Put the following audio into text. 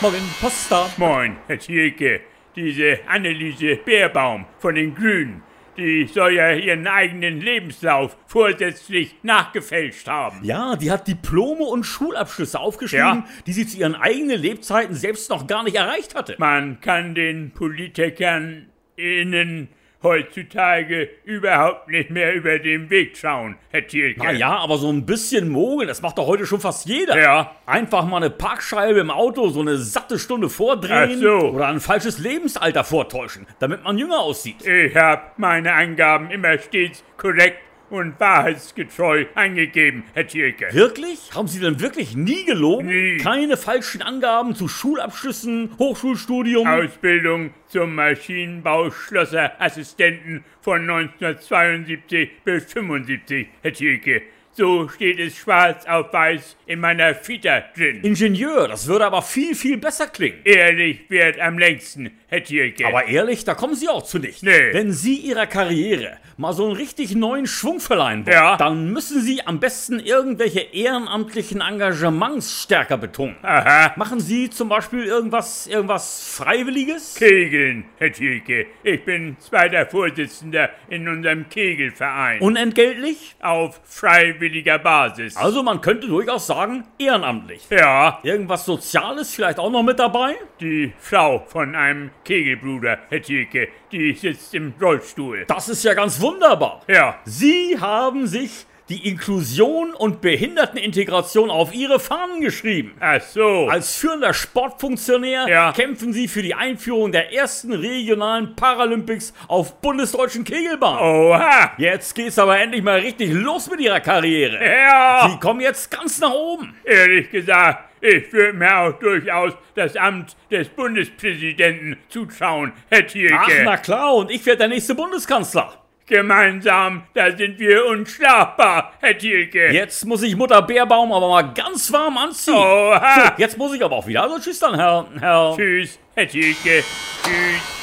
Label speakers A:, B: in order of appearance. A: Morgen, Pasta.
B: Moin, Herr Zielke. Diese Anneliese Bärbaum von den Grünen, die soll ja ihren eigenen Lebenslauf vorsätzlich nachgefälscht haben.
A: Ja, die hat Diplome und Schulabschlüsse aufgeschrieben,
B: Ja.
A: die sie zu ihren eigenen Lebzeiten selbst noch gar nicht erreicht hatte.
B: Man kann den Politikern innen heutzutage überhaupt nicht mehr über den Weg schauen, Herr Thielke.
A: Ah ja, aber so ein bisschen mogeln, das macht doch heute schon fast jeder.
B: Ja.
A: Einfach mal eine Parkscheibe im Auto so eine satte Stunde vordrehen
B: Ach so.
A: oder ein falsches Lebensalter vortäuschen, damit man jünger aussieht.
B: Ich habe meine Angaben immer stets korrekt und wahrheitsgetreu angegeben, Herr Thielke.
A: Wirklich? Haben Sie denn wirklich nie gelogen?
B: Nie.
A: Keine falschen Angaben zu Schulabschlüssen, Hochschulstudium?
B: Ausbildung zum Maschinenbauschlosserassistenten von 1972 bis 75, Herr Thielke. So steht es schwarz auf weiß in meiner Vita drin.
A: Ingenieur, das würde aber viel, viel besser klingen.
B: Ehrlich wert am längsten, Herr Thielke.
A: Aber ehrlich, da kommen Sie auch zu nichts.
B: Nee.
A: Wenn Sie Ihrer Karriere mal so einen richtig neuen Schwung verleihen wollen,
B: Ja.
A: dann müssen Sie am besten irgendwelche ehrenamtlichen Engagements stärker betonen.
B: Aha.
A: Machen Sie zum Beispiel irgendwas, irgendwas Freiwilliges?
B: Kegeln, Herr Thielke. Ich bin zweiter Vorsitzender in unserem Kegelverein.
A: Unentgeltlich?
B: auf freiwilliger Basis.
A: Also man könnte durchaus sagen, ehrenamtlich.
B: ja,
A: Irgendwas Soziales vielleicht auch noch mit dabei?
B: die Frau von einem Kegelbruder, Herr Thielke, die sitzt im Rollstuhl.
A: Das ist ja ganz wunderbar.
B: Ja,
A: Sie haben sich die Inklusion und Behindertenintegration auf Ihre Fahnen geschrieben.
B: ach so.
A: Als führender Sportfunktionär
B: Ja.
A: kämpfen Sie für die Einführung der ersten regionalen Paralympics auf bundesdeutschen
B: Oh.
A: Kegelbahn.
B: Oha!
A: Jetzt geht's aber endlich mal richtig los mit Ihrer Karriere.
B: Ja,
A: Sie kommen jetzt ganz nach oben.
B: ehrlich gesagt, ich würde mir auch durchaus das Amt des Bundespräsidenten zutrauen, Herr
A: Ach, na
B: Thielke.
A: klar, und ich werde der nächste Bundeskanzler.
B: Gemeinsam, da sind wir unschlagbar, Herr Thielke.
A: Jetzt muss ich Mutter Bärbaum aber mal ganz warm anziehen.
B: Oha!
A: Jetzt muss ich aber auch wieder. Also tschüss dann, Herr, Herr.
B: Tschüss, Herr Thielke. Tschüss.